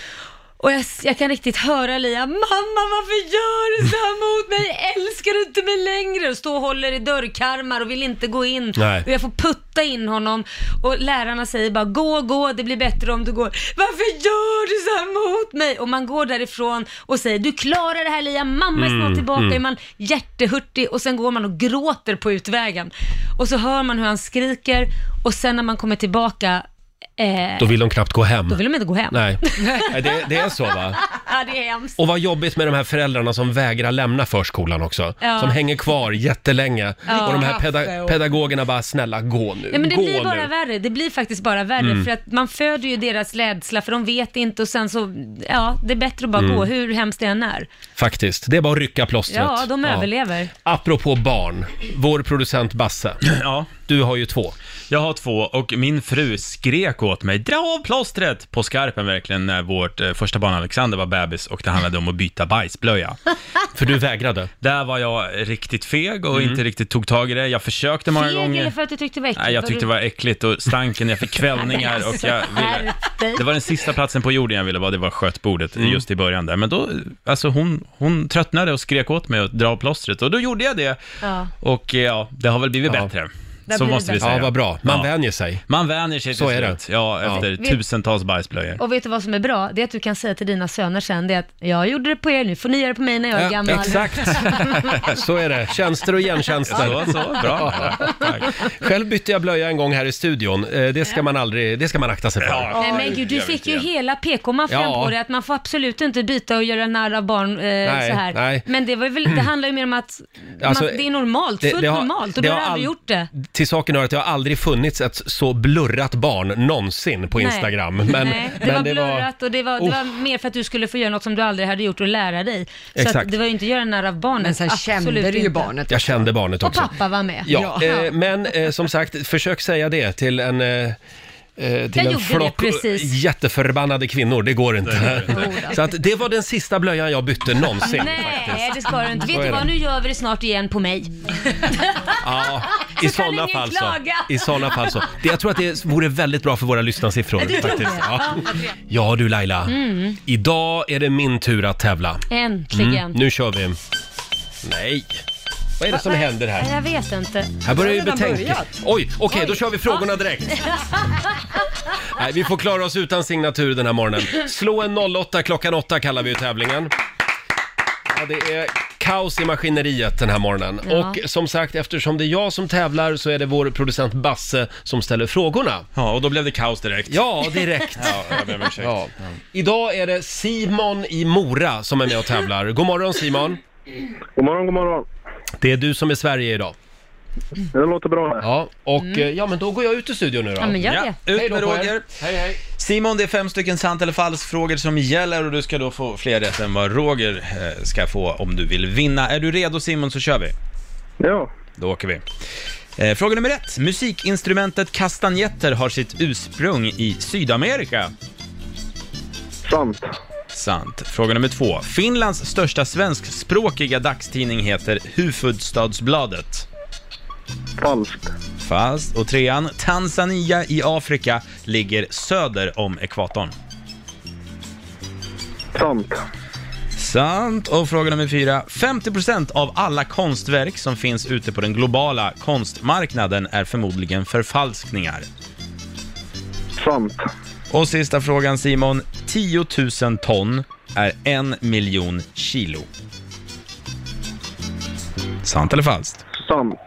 Och jag, jag kan riktigt höra Liam, mamma varför gör du så här mot mig? Älskar du inte mig längre? Och står och håller i dörrkarmar och vill inte gå in.
Nej.
Och jag får putta in honom och lärarna säger bara gå, gå, det blir bättre om du går. Varför gör du så här mot mig? Och man går därifrån och säger du klarar det här Liam, mamma är
Mm,
snart tillbaka. Är man jättehurtig och sen går man och gråter på utvägen. Och så hör man hur han skriker och sen när man kommer tillbaka, eh,
Då vill de knappt gå hem.
då vill de inte gå hem.
Nej, Nej det, det är så va?
Ja, det är hemskt.
Och vad jobbigt med de här föräldrarna som vägrar lämna förskolan också.
Ja.
Som hänger kvar jättelänge.
Ja.
Och de här
Kaffe
peda-
och-
pedagogerna bara, snälla gå nu.
Ja, men det
gå
blir bara
nu. Mm.
värre. Det blir faktiskt bara värre för att man föder ju deras rädsla för de vet inte och sen så, ja, det är bättre att bara
Mm.
gå hur hemskt det än är.
Faktiskt, det är bara att rycka plåstret.
Ja, de överlever.
Apropå barn, vår producent Basse,
Ja,
du har ju två.
jag har två och min fru skrek åt mig, dra av plåstret! På skarpen verkligen när vårt eh, första barn Alexander var bebis och det handlade om att byta bajsblöja.
För du vägrade.
Där var jag riktigt feg och inte riktigt tog tag i det. Jag försökte många
Feg
gånger.
eller för att du tyckte det var äckligt?
Nej, jag
Var
tyckte det
du-
var äckligt och stanken, jag fick kvällningar
alltså,
och jag ville...
Skärp dig.
Det var den sista platsen på jorden jag ville vara, det var skötbordet
Mm.
just i början där. Men då, alltså hon, hon tröttnade och skrek åt mig att dra av plåstret och då gjorde jag det.
Ja.
Och eh, ja, det har väl blivit
Ja.
bättre.
Det har
Så
blivit
måste vi
bättre.
säga.
Ja, vad bra. Man
Ja.
vänjer sig.
Man vänjer sig till
Så är det.
slut. Ja, efter tusentals bajsblöjor.
Och vet du vad som är bra? Det är att du kan säga till dina söner sen, det är att jag gjorde det på er, nu får ni göra det på mig när jag är
Ja,
gammal.
exakt, så är det. Tjänster och gentjänster.
Så, så, bra. Ja, tack.
Själv bytte jag blöja en gång här i studion. Eh, Det ska man aldrig, det ska man akta sig för.
Ja.
Nej men gud, du
Jag vet
fick ju
igen.
hela PK-maffian
Ja.
på det att man får absolut inte byta och göra narr av barn eh,
Nej,
så här.
nej.
Men det, var ju väl, det handlar ju mer om att
Alltså,
man, det är normalt, fullt
har-
normalt och du har
all-
aldrig gjort det.
Till saken hör att det har aldrig funnits ett så blurrat barn någonsin på
Nej.
Instagram. Men,
Nej, det
men
var blurrat och det var, det
Uff.
var mer för att du skulle få göra något som du aldrig hade gjort och lära dig. Så
Exakt.
att det var ju inte göra narr av barnet.
Men sen
absolut
kände du ju
inte.
barnet.
Jag kände barnet
Och
också.
pappa var med.
Ja, Eh, men eh, som sagt, försök säga det till en... Eh, eh, till en
gjorde det,
flock
precis.
jätteförbannade kvinnor, det går inte. Så att det var den sista blöjan jag bytte någonsin.
Nej, det ska du inte. Vet
är
du
det.
vad, nu gör vi det snart igen på mig.
Ja, i
Så kan
sådana
ingen
fall så.
klaga.
I sådana fall så. Det, jag tror att det vore väldigt bra för våra lyssnarsiffror. faktiskt. Ja. ja du Laila,
Mm.
idag är det min tur att tävla.
Äntligen.
Mm, Nu kör vi. Nej. Vad är det som händer
Nej,
här?
Jag vet inte.
Här börjar ju
Jag har redan
betänka. Oj,
börjat.
okej, då kör vi frågorna direkt. Nej, vi får klara oss utan signatur den här morgonen. Slå en 08 klockan 8 kallar vi ju tävlingen. Ja, det är kaos i maskineriet den här morgonen.
Ja.
Och som sagt, eftersom det är jag som tävlar så är det vår producent Basse som ställer frågorna.
Ja, och då blev det kaos direkt.
Ja, direkt.
Ja, jag ber om ursäkt.
Ja. Idag är det Simon i Mora som är med och tävlar. God morgon Simon.
God morgon, god morgon.
Det är du som är Sverige idag.
Det låter bra.
Ja, och eh, ja, men då går jag ut ur studion nu då.
Mm. Ja, men gör
Ja,
det.
Hej
ut
då
med
på er.
Roger.
Hej, hej.
Simon, det är fem stycken sant eller falskt-frågor som gäller och du ska då få fler rätt än vad Roger eh, ska få om du vill vinna. Är du redo Simon så kör vi.
Ja.
Då åker vi. Eh, Fråga nummer ett. Musikinstrumentet kastanjetter har sitt ursprung i Sydamerika.
Sant.
Sant. Fråga nummer två. Finlands största svenskspråkiga dagstidning heter Hufvudstadsbladet.
Falskt.
Falskt. Och trean. Tanzania i Afrika ligger söder om ekvatorn.
Sant.
Sant. Och fråga nummer fyra. 50% av alla konstverk som finns ute på den globala konstmarknaden är förmodligen förfalskningar.
Sant.
Och sista frågan Simon. 10 000 ton är en miljon kilo. Sant eller falskt?
Sant.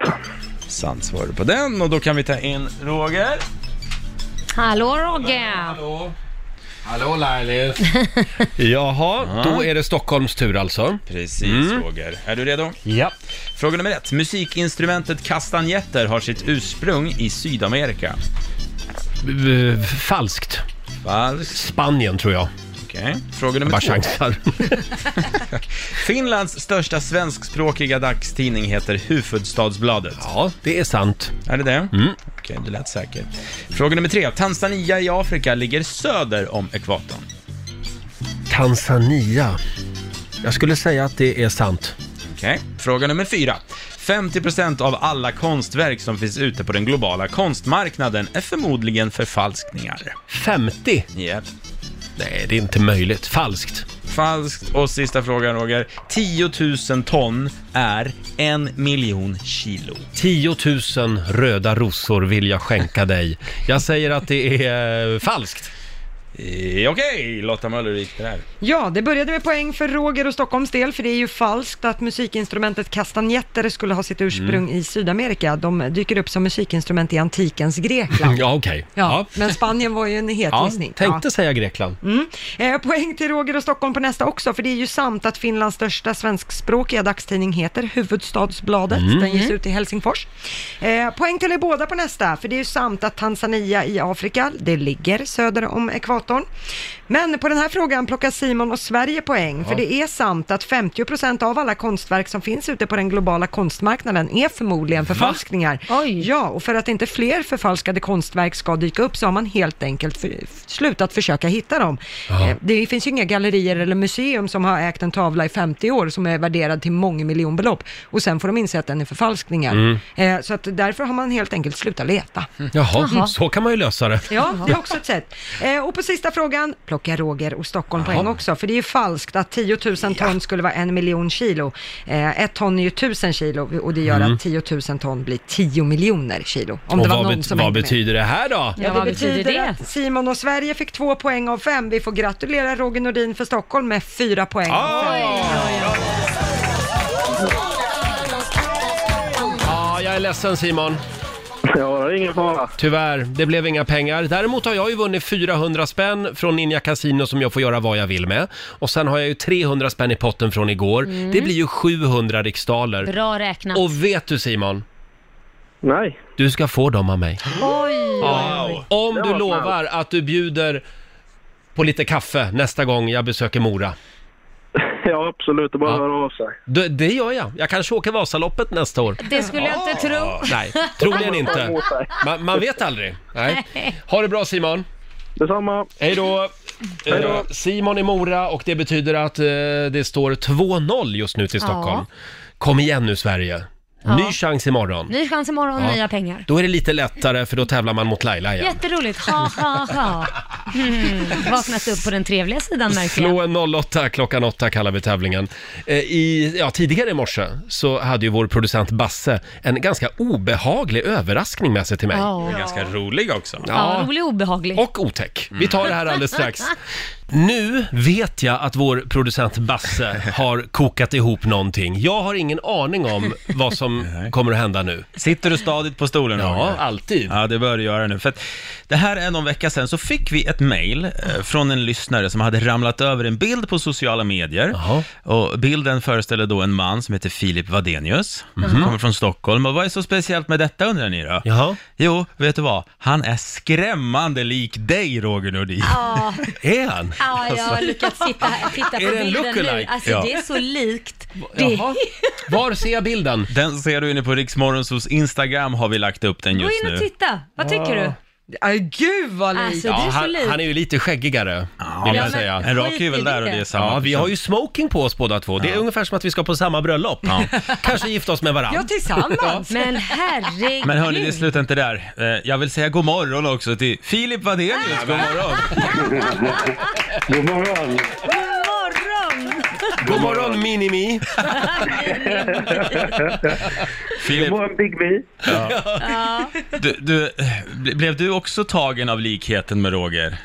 Sant svarar du på den och då kan vi ta in Roger.
Hallå Roger!
Hallå.
Hallå Lailis!
Jaha, då är det Stockholms tur alltså.
Precis, Roger. Är du redo?
Ja.
Fråga nummer ett. Musikinstrumentet kastanjetter har sitt ursprung i Sydamerika.
B- Eh, Falskt.
Falskt.
Spanien tror jag.
Okej. Fråga
Jag
nummer
bara
två.
chansar.
Finlands största svenskspråkiga dagstidning heter Hufvudstadsbladet.
Ja, det är sant.
Är det det? Mm. Okej, det lät säkert. Fråga nummer tre. Tanzania i Afrika ligger söder om ekvatorn.
Tanzania. Jag skulle säga att det är sant.
Okej. Fråga nummer fyra. 50% av alla konstverk som finns ute på den globala konstmarknaden är förmodligen förfalskningar.
50?
Yep.
Nej, det är inte möjligt. Falskt.
Falskt. Och sista frågan Roger. 10 000 ton är en miljon kilo.
10 000 röda rosor vill jag skänka dig. Jag säger att det är eh, falskt.
Eh, Okej, Lotta Möller, hur gick det där?
Ja, det började med poäng för Roger och Stockholms del, för det är ju falskt att musikinstrumentet kastanjetter skulle ha sitt ursprung i Sydamerika. De dyker upp som musikinstrument i antikens Grekland.
Ja, okej.
Ja, men Spanien var ju en het
Ja,
gissning. Ja.
tänkte säga Grekland.
Mm. Eh, poäng till Roger och Stockholm på nästa också, för det är ju sant att Finlands största svenskspråkiga dagstidning heter Huvudstadsbladet. Den ges ut i Helsingfors. Eh, poäng till er båda på nästa, för det är ju sant att Tanzania i Afrika, det ligger söder om ekvatorn. Men på den här frågan plockar Simon och Sverige poäng, för det är sant att 50% av alla konstverk som finns ute på den globala konstmarknaden är förmodligen förfalskningar.
Oj.
Ja, och för att inte fler förfalskade konstverk ska dyka upp så har man helt enkelt för, f- slutat försöka hitta dem. Eh, Det finns ju inga gallerier eller museum som har ägt en tavla i 50 år som är värderad till mångmiljonbelopp och sen får de inse att den är förfalskningar. Eh, Så att därför har man helt enkelt slutat leta.
Jaha, så kan man ju lösa det.
Ja, det är också ett sätt. Eh, och på sista frågan plockar Roger och Stockholm poäng också, för det är ju falskt att 10 000 ton skulle vara en miljon kilo. Eh, ett ton är ju 1000 kilo och det gör att 10 000 ton blir 10 miljoner kilo. Om
Mm. Och
det var
vad,
någon
bet-
som
vad
hängde med.
betyder det här då?
Ja, vad betyder det?
att Simon och Sverige fick två poäng av fem. Vi får gratulera Roger Nordin för Stockholm med fyra poäng.
Ah!
av fem.
Ja, jag är ledsen Simon.
Ja, det är ingen fara.
Tyvärr, det blev inga pengar. Däremot har jag ju vunnit 400 spänn från Ninja Casino som jag får göra vad jag vill med. Och sen har jag ju 300 spänn i potten från igår. Det blir ju 700 riksdaler.
Bra räknat.
Och vet du Simon?
Nej.
Du ska få dem av mig.
Oj!
Ja. Om
Det
du
var
lovar att du bjuder på lite kaffe nästa gång jag besöker Mora.
Ja, absolut. Det är bara
Ja.
att höra av sig.
Det, det gör jag. Jag kanske åker Vasaloppet nästa år.
Det skulle jag inte tro.
Nej, troligen inte.
Mot dig.
Man, man vet aldrig. Nej. Ha det bra Simon.
Detsamma.
Hej då!
Hej då.
Eh, Simon i Mora och det betyder att eh, det står 2-0 just nu till Stockholm. Kom igen nu Sverige! Ny chans imorgon.
Ny chans imorgon,
Ja.
nya pengar.
Då är det lite lättare för då tävlar man mot Laila igen.
Jätteroligt. Ha, ha, ha. Mm. Vaknat upp på den trevliga sidan märker jag.
Slå en 08 klockan 8 kallar vi tävlingen. Eh, I, ja, tidigare i morse så hade ju vår producent Basse en ganska obehaglig överraskning med sig till mig.
Ja.
Ganska rolig också.
Ja, rolig och obehaglig.
Och otäck. Vi tar det här alldeles strax. Nu vet jag att vår producent Basse har kokat ihop någonting. Jag har ingen aning om vad som kommer att hända nu.
Sitter du stadigt på stolen
Ja,
Roger?
alltid.
Ja, det bör du göra nu. För att det här är någon vecka sedan så fick vi ett mejl eh, från en lyssnare som hade ramlat över en bild på sociala medier.
Jaha.
Och bilden föreställer då en man som heter Filip Vadenius,
Mhm.
som kommer från Stockholm. Och vad är så speciellt med detta undrar ni då?
Jaha.
Jo, vet du vad? Han är skrämmande lik dig, Roger Nordin.
Ja,
Är han?
ja, jag har lyckats sitta, här- titta på
Alltså. Är det en
bilden nu.
lookalike?
Alltså
Ja.
det är så likt. Det är
Jaha. Var ser jag bilden?
Den ser du inne på Riksmorgonsos Instagram har vi lagt upp den
Gå
just
in
nu.
och titta. Vad tycker du?
Aj, gud vad likt!
Alltså, det
Ja,
är så
han,
likt.
han är ju lite skäggigare, vill jag
men-
säga.
En
Skit
rak
i
är väl där och det är
det.
samma
Ja, vi
person.
har ju smoking på oss båda två. Det är ungefär som att vi ska på samma bröllop. Kanske gifta oss med varandra.
Ja, tillsammans!
Men herregud.
Men hörni, det slutar inte där. Eh, Jag vill säga god morgon också till Filip Wadenius. God morgon!
God
God morgon!
morgon!
God morgon Minimi!
Filip,
God morgon Big B!
du, du, ble- blev du också tagen av likheten med Roger?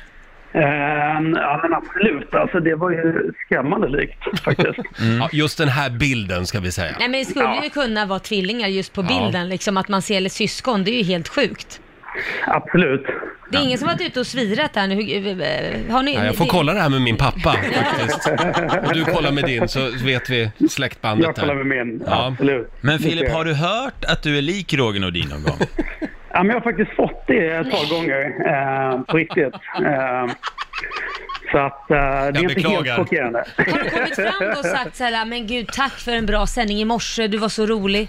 Ehm, ja men absolut, alltså det var ju skrämmande likt faktiskt.
Ja, just den här bilden ska vi säga.
Nej men det skulle ju kunna vara tvillingar just på bilden, liksom att man ser eller syskon, det är ju helt sjukt.
Absolut.
Det är ingen som varit ute och svirat här nu? Hur- eh, Har ni,
Ja, jag får
det-
kolla det här med min pappa faktiskt. Och du kollar med din så vet vi släktbandet
Jag kollar
där.
med min,
Ja.
absolut.
Men Filip, har du hört att du är lik Roger Nordin någon gång?
Ja, men jag har faktiskt fått det ett par gånger, eh, på riktigt. Eh, så att eh, det är inte
beklagar.
helt chockerande.
Har du kommit fram då och sagt så här, men gud tack för en bra sändning i morse, du var så rolig.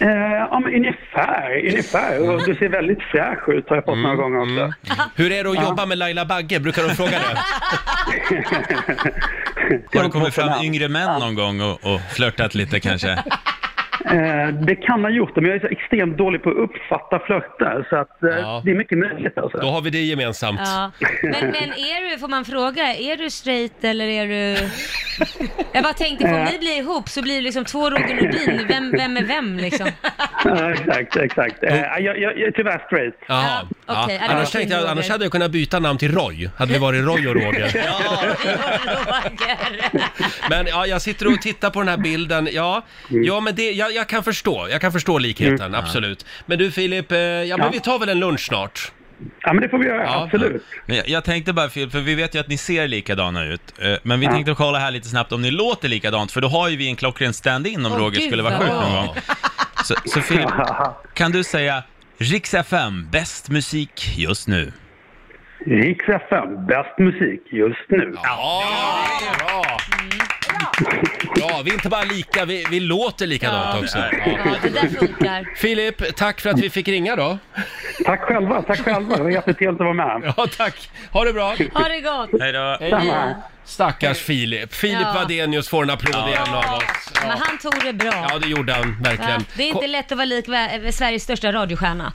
Eh, ja, men ungefär, ungefär. Och du ser väldigt fräsch ut har jag fått några
Mm,
gånger också.
Hur är det att jobba med Laila Bagge? Brukar de fråga det?
Har det kommit fram yngre män någon gång och, och flörtat lite kanske?
Eh, det kan ha gjort det, men jag är så extremt dålig på att uppfatta flörter. Så att, eh,
Ja.
det är mycket möjligt alltså.
Då har vi det gemensamt.
Ja. Men, men är du, får man fråga, är du straight eller är du... Jag bara tänkte, får ni bli ihop så blir det liksom två Roger Nordin, vem, vem är vem liksom?
Ja, exakt, exakt. Eh, jag, jag, jag är tyvärr straight.
Jaha.
Ja, okej.
ja.
Ja, det var
Annars, tänkte jag,
Roger.
annars hade jag kunnat byta namn till Roy. Hade det varit Roy och Roger.
Roger.
Men ja, jag sitter och tittar på den här bilden. Ja, ja men det, jag, jag kan förstå. Jag kan förstå likheten, absolut. Men du Filip, eh, ja, men vi tar väl en lunch snart?
Ja, men det får vi göra,
Ja.
absolut.
Men jag, jag tänkte bara Filip, för vi vet ju att ni ser likadana ut, eh, men vi tänkte kolla här lite snabbt om ni låter likadant, för då har ju vi en klockren stand-in om
Åh,
Roger
gud,
skulle vara
vad
sjuk någon
bra.
gång. Så, så Filip, kan du säga Rix FM, bäst musik just nu?
Rix FM, bäst musik just nu.
Ja, bra! Ja, vi är inte bara lika, vi, vi låter likadant också. Ja.
Ja, det där funkar.
Filip, tack för att vi fick ringa då.
Tack själva, tack själva. Det var jättetrevligt att vara med.
Ja, tack. Ha det bra.
Ha det gott.
Hej då!
Samma.
Stackars Filip. Filip
Ja.
Wadenius får en applåd igen av oss.
Men han tog det bra.
Ja, det gjorde han
Va?
verkligen.
Det är
Ko-
inte lätt att vara lik vä- eh, Sveriges största radiostjärna.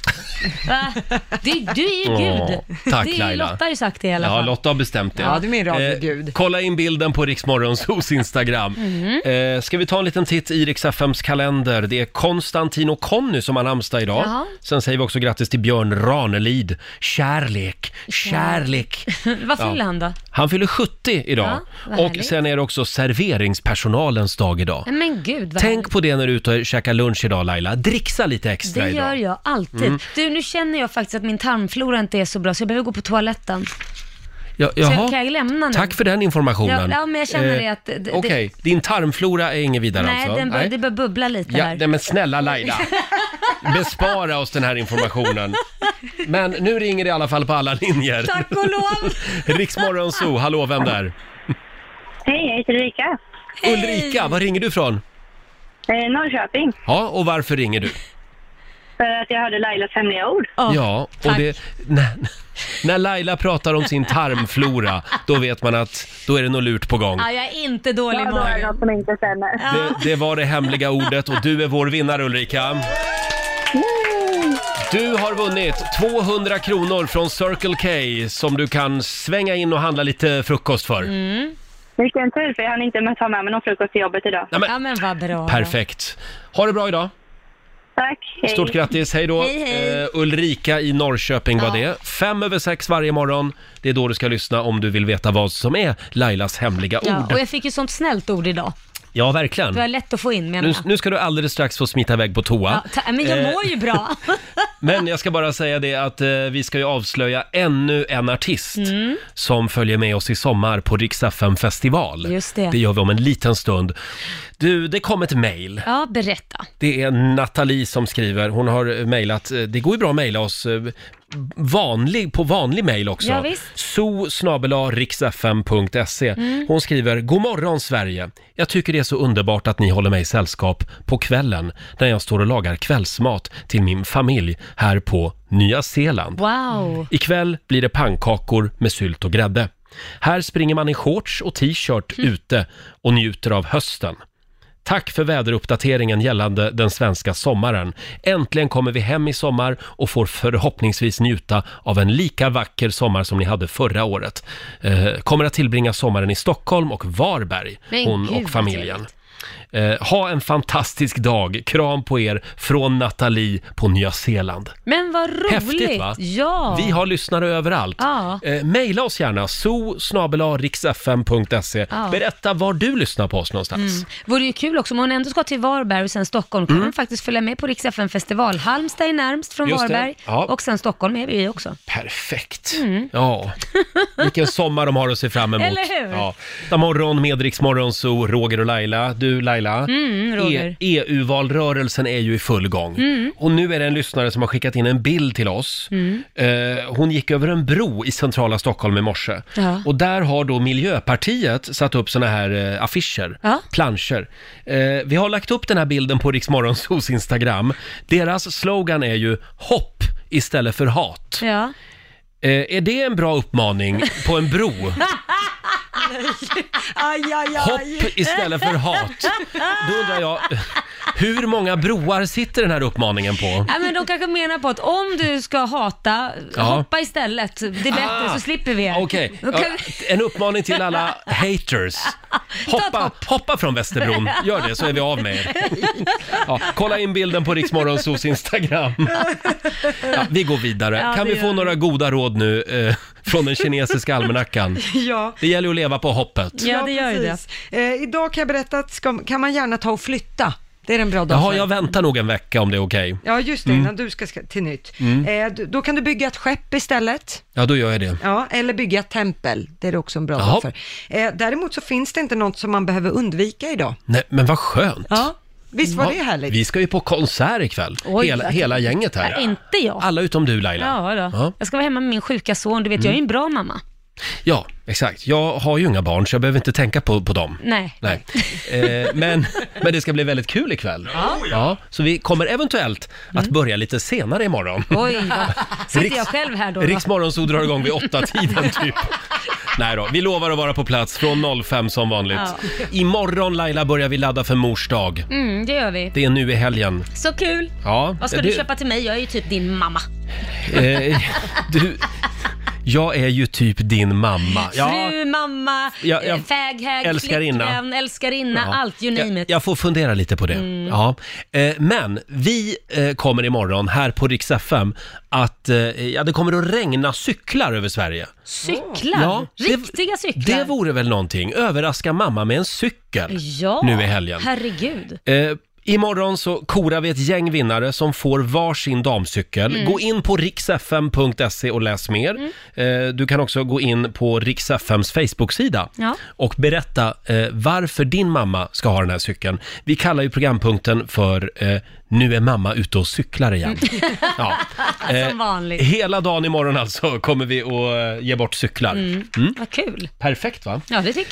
Va? Du, du är ju gud.
Åh, tack,
det är,
Laila.
Lotta har ju sagt det i alla
Ja,
fall.
Lotta har bestämt det. Eh,
Ja, du är min radiogud.
kolla in bilden på Riksmorgonsos Instagram.
Mm.
Eh, ska vi ta en liten titt i Rix FMs kalender? Det är Konstantin och Conny som har namnsdag idag.
Jaha.
Sen säger vi också grattis till Björn Ranelid. Kärlek, kärlek.
Vad fyller han då?
Han fyller 70 idag.
Ja, vad
och
härligt. Mm.
sen är det också serveringspersonalens dag idag.
Nej, Men gud vad
Tänk på det när du är ute och käkar lunch idag Laila. Dricksa lite
Det
extra
gör
idag.
jag alltid.
Mm.
Du, nu känner jag faktiskt att min tarmflora inte är så bra, så jag behöver gå på toaletten.
Ja,
Så jag,
jaha.
kan jag lämna nu?
Tack för den informationen. Eh,
Ja, ja, men jag känner det att det- det-
Okej, din tarmflora är ingen vidare
Nej,
alltså?
den bör, det bör bubbla lite
Ja,
här.
nej, men snälla Laila, bespara oss den här informationen. Men nu ringer det i alla fall på alla linjer.
Tack och lov!
Riksmorgon Zoo, hallå vem där?
Hej, jag heter Ulrika.
Ulrika, var ringer du från?
Eh, Norrköping.
Ja, och varför ringer du?
För att jag hörde Lailas hemliga ord.
Ja,
ja, och
tack.
det, när, när Laila pratar om sin tarmflora, då vet man att då är det något lurt på gång.
Ja, jag är inte dålig i
Ja, då är det
magen.
något som inte stämmer.
Det, det var det hemliga ordet och du är vår vinnare Ulrika. Du har vunnit 200 kronor från Circle K som du kan svänga in och handla lite frukost för.
Mm.
Vilken tur, för jag hann inte med att ta med mig någon frukost till jobbet idag.
Nej,
Ja,
men,
men vad bra.
perfekt. Ha det bra idag.
Tack, hej.
Stort grattis, hej då.
Hej, hej.
Eh, Ulrika i Norrköping var
Ja.
det. Fem över sex varje morgon. Det är då du ska lyssna om du vill veta vad som är Lailas hemliga
Ja,
ord.
och jag fick ju sånt snällt ord idag.
Ja,
Det var
verkligen.
lätt att få in menar
Nu,
jag.
nu ska du alldeles strax få smita iväg på toa.
Ja, ta- men jag
Eh,
mår ju bra.
Men jag ska bara säga det att eh, vi ska ju avslöja ännu en artist som följer med oss i sommar på Rix FM festival.
Just det.
det gör vi om en liten stund. Du, det kom ett mejl.
Ja, berätta.
Det är Nathalie som skriver. Hon har eh, mejlat, eh, det går ju bra att mejla oss eh, vanlig, på vanlig mejl också.
Ja, visst.
so riksfm.se.
Mm.
Hon skriver, God morgon Sverige! Jag tycker det är så underbart att ni håller mig i sällskap på kvällen när jag står och lagar kvällsmat till min familj här på Nya Zeeland.
Wow.
Ikväll blir det pannkakor med sylt och grädde. Här springer man i shorts och t-shirt
Mm.
ute och njuter av hösten. Tack för väderuppdateringen gällande den svenska sommaren. Äntligen kommer vi hem i sommar och får förhoppningsvis njuta av en lika vacker sommar som ni hade förra året. Eh, kommer att tillbringa sommaren i Stockholm och Varberg,
Men
hon
gud,
och
vad
familjen. Eh, ha en fantastisk dag. Kram på er från Nathalie på Nya Zeeland.
Men vad roligt!
Häftigt va?
Ja!
Vi har lyssnare överallt.
Ja.
Eh, maila oss gärna, so riksfm.se.
Ja.
Berätta var du lyssnar på oss någonstans.
Mm. Vore ju kul också, om hon ändå ska till Varberg och sen Stockholm,
Mm.
kan hon faktiskt följa med på Rix FM festival. Halmstad är närmst från
Just det.
Varberg
Ja.
och sen Stockholm är vi också.
Perfekt.
Mm.
Ja, vilken sommar de har att se fram emot.
Eller hur?
Ja. God morgon med Rix Morgon, så Roger och Laila. Du Laila,
Mm, Roger.
E- EU-valrörelsen är ju i full gång.
Mm.
Och nu är det en lyssnare som har skickat in en bild till oss.
Mm.
Eh, hon gick över en bro i centrala Stockholm i morse.
Ja.
Och där har då Miljöpartiet satt upp såna här eh, affischer,
Ja.
planscher. Eh, vi har lagt upp den här bilden på Rix Morgonzos Instagram. Deras slogan är ju hopp istället för hat.
Ja.
Eh, är det en bra uppmaning på en bro?
Aj, aj, aj.
Hopp istället för hat. Då undrar jag, hur många broar sitter den här uppmaningen på?
Ja, men de kanske menar på att om du ska hata,
Ja.
hoppa istället. Det är bättre,
Ah,
så slipper vi er.
Okej,
Då kan-
ja, en uppmaning till alla haters. Hoppa, hoppa från Västerbron, gör det så är vi av med er. Ja, kolla in bilden på Riksmorgonsos Instagram. Ja, vi går vidare.
Ja,
Kan
det
vi få
gör
några goda råd nu eh, från den kinesiska almanackan?
Ja.
Det gäller ju att leva på hoppet.
Ja, det gör ju
precis. Eh, idag kan jag berätta att ska, kan man gärna ta och flytta. Det är en bra dag
Jaha,
för.
jag väntar nog en vecka om det är okej.
Ja, just det,
Mm.
innan du ska ska till nytt.
Mm.
Eh, d- då kan du bygga ett skepp istället.
Ja, då gör jag det.
Ja, eller bygga ett tempel. Det är det också en bra
Jaha.
dag för. Eh, däremot så finns det inte något som man behöver undvika idag.
Nej, men vad skönt.
Ja, visst var
Ja,
det härligt?
Vi ska ju på konsert ikväll,
Oj,
hela,
vad-
hela gänget här.
Ja, inte jag.
Alla utom du Laila.
Ja, då.
Ja. Mm.
Jag ska vara hemma med min sjuka son, du vet, jag är ju en bra mamma.
Ja, exakt. Jag har ju inga barn så jag behöver inte tänka på, på dem.
Nej.
Nej. Eh, men, men det ska bli väldigt kul ikväll.
Ja. Mm.
Ja, så vi kommer eventuellt att börja lite senare imorgon.
Oj, vad- sitter
Riks-
jag själv här då? då?
Riksmorgon så drar igång vid åtta tiden typ. Nej då, vi lovar att vara på plats från 05 som vanligt.
Ja.
Imorgon Laila börjar vi ladda för mors dag.
Mm, det gör vi.
Det är nu i helgen.
Så kul!
Ja,
Vad ska du köpa till mig? Jag är ju typ din mamma.
Eh, du, jag är ju typ din mamma.
Fru, mamma,
Ja,
ja,
ja.
fäghäg,
Älskarinna.
flickvän, älskarinna,
Ja.
allt, you name
jag,
it.
jag får fundera lite på det.
Mm.
Ja. Eh, men vi eh, kommer imorgon här på Rix FM att eh, ja, det kommer att regna cyklar över Sverige.
Cyklar?
Ja, det-
Riktiga cyklar?
Det vore väl någonting. Överraska mamma med en cykel
ja,
nu i helgen.
herregud.
Eh, Imorgon så korar vi ett gäng vinnare som får varsin damcykel.
Mm.
Gå in på riksfm.se och läs mer.
Mm.
Eh, du kan också gå in på riksfms Facebook-sida
Ja.
och berätta eh, varför din mamma ska ha den här cykeln. Vi kallar ju programpunkten för eh, Nu är mamma ute och cyklar igen. Ja.
Som vanligt.
Hela dagen imorgon alltså kommer vi att eh, ge bort cyklar.
Mm.
Mm.
Vad kul.
Perfekt va?
Ja, det tycker jag.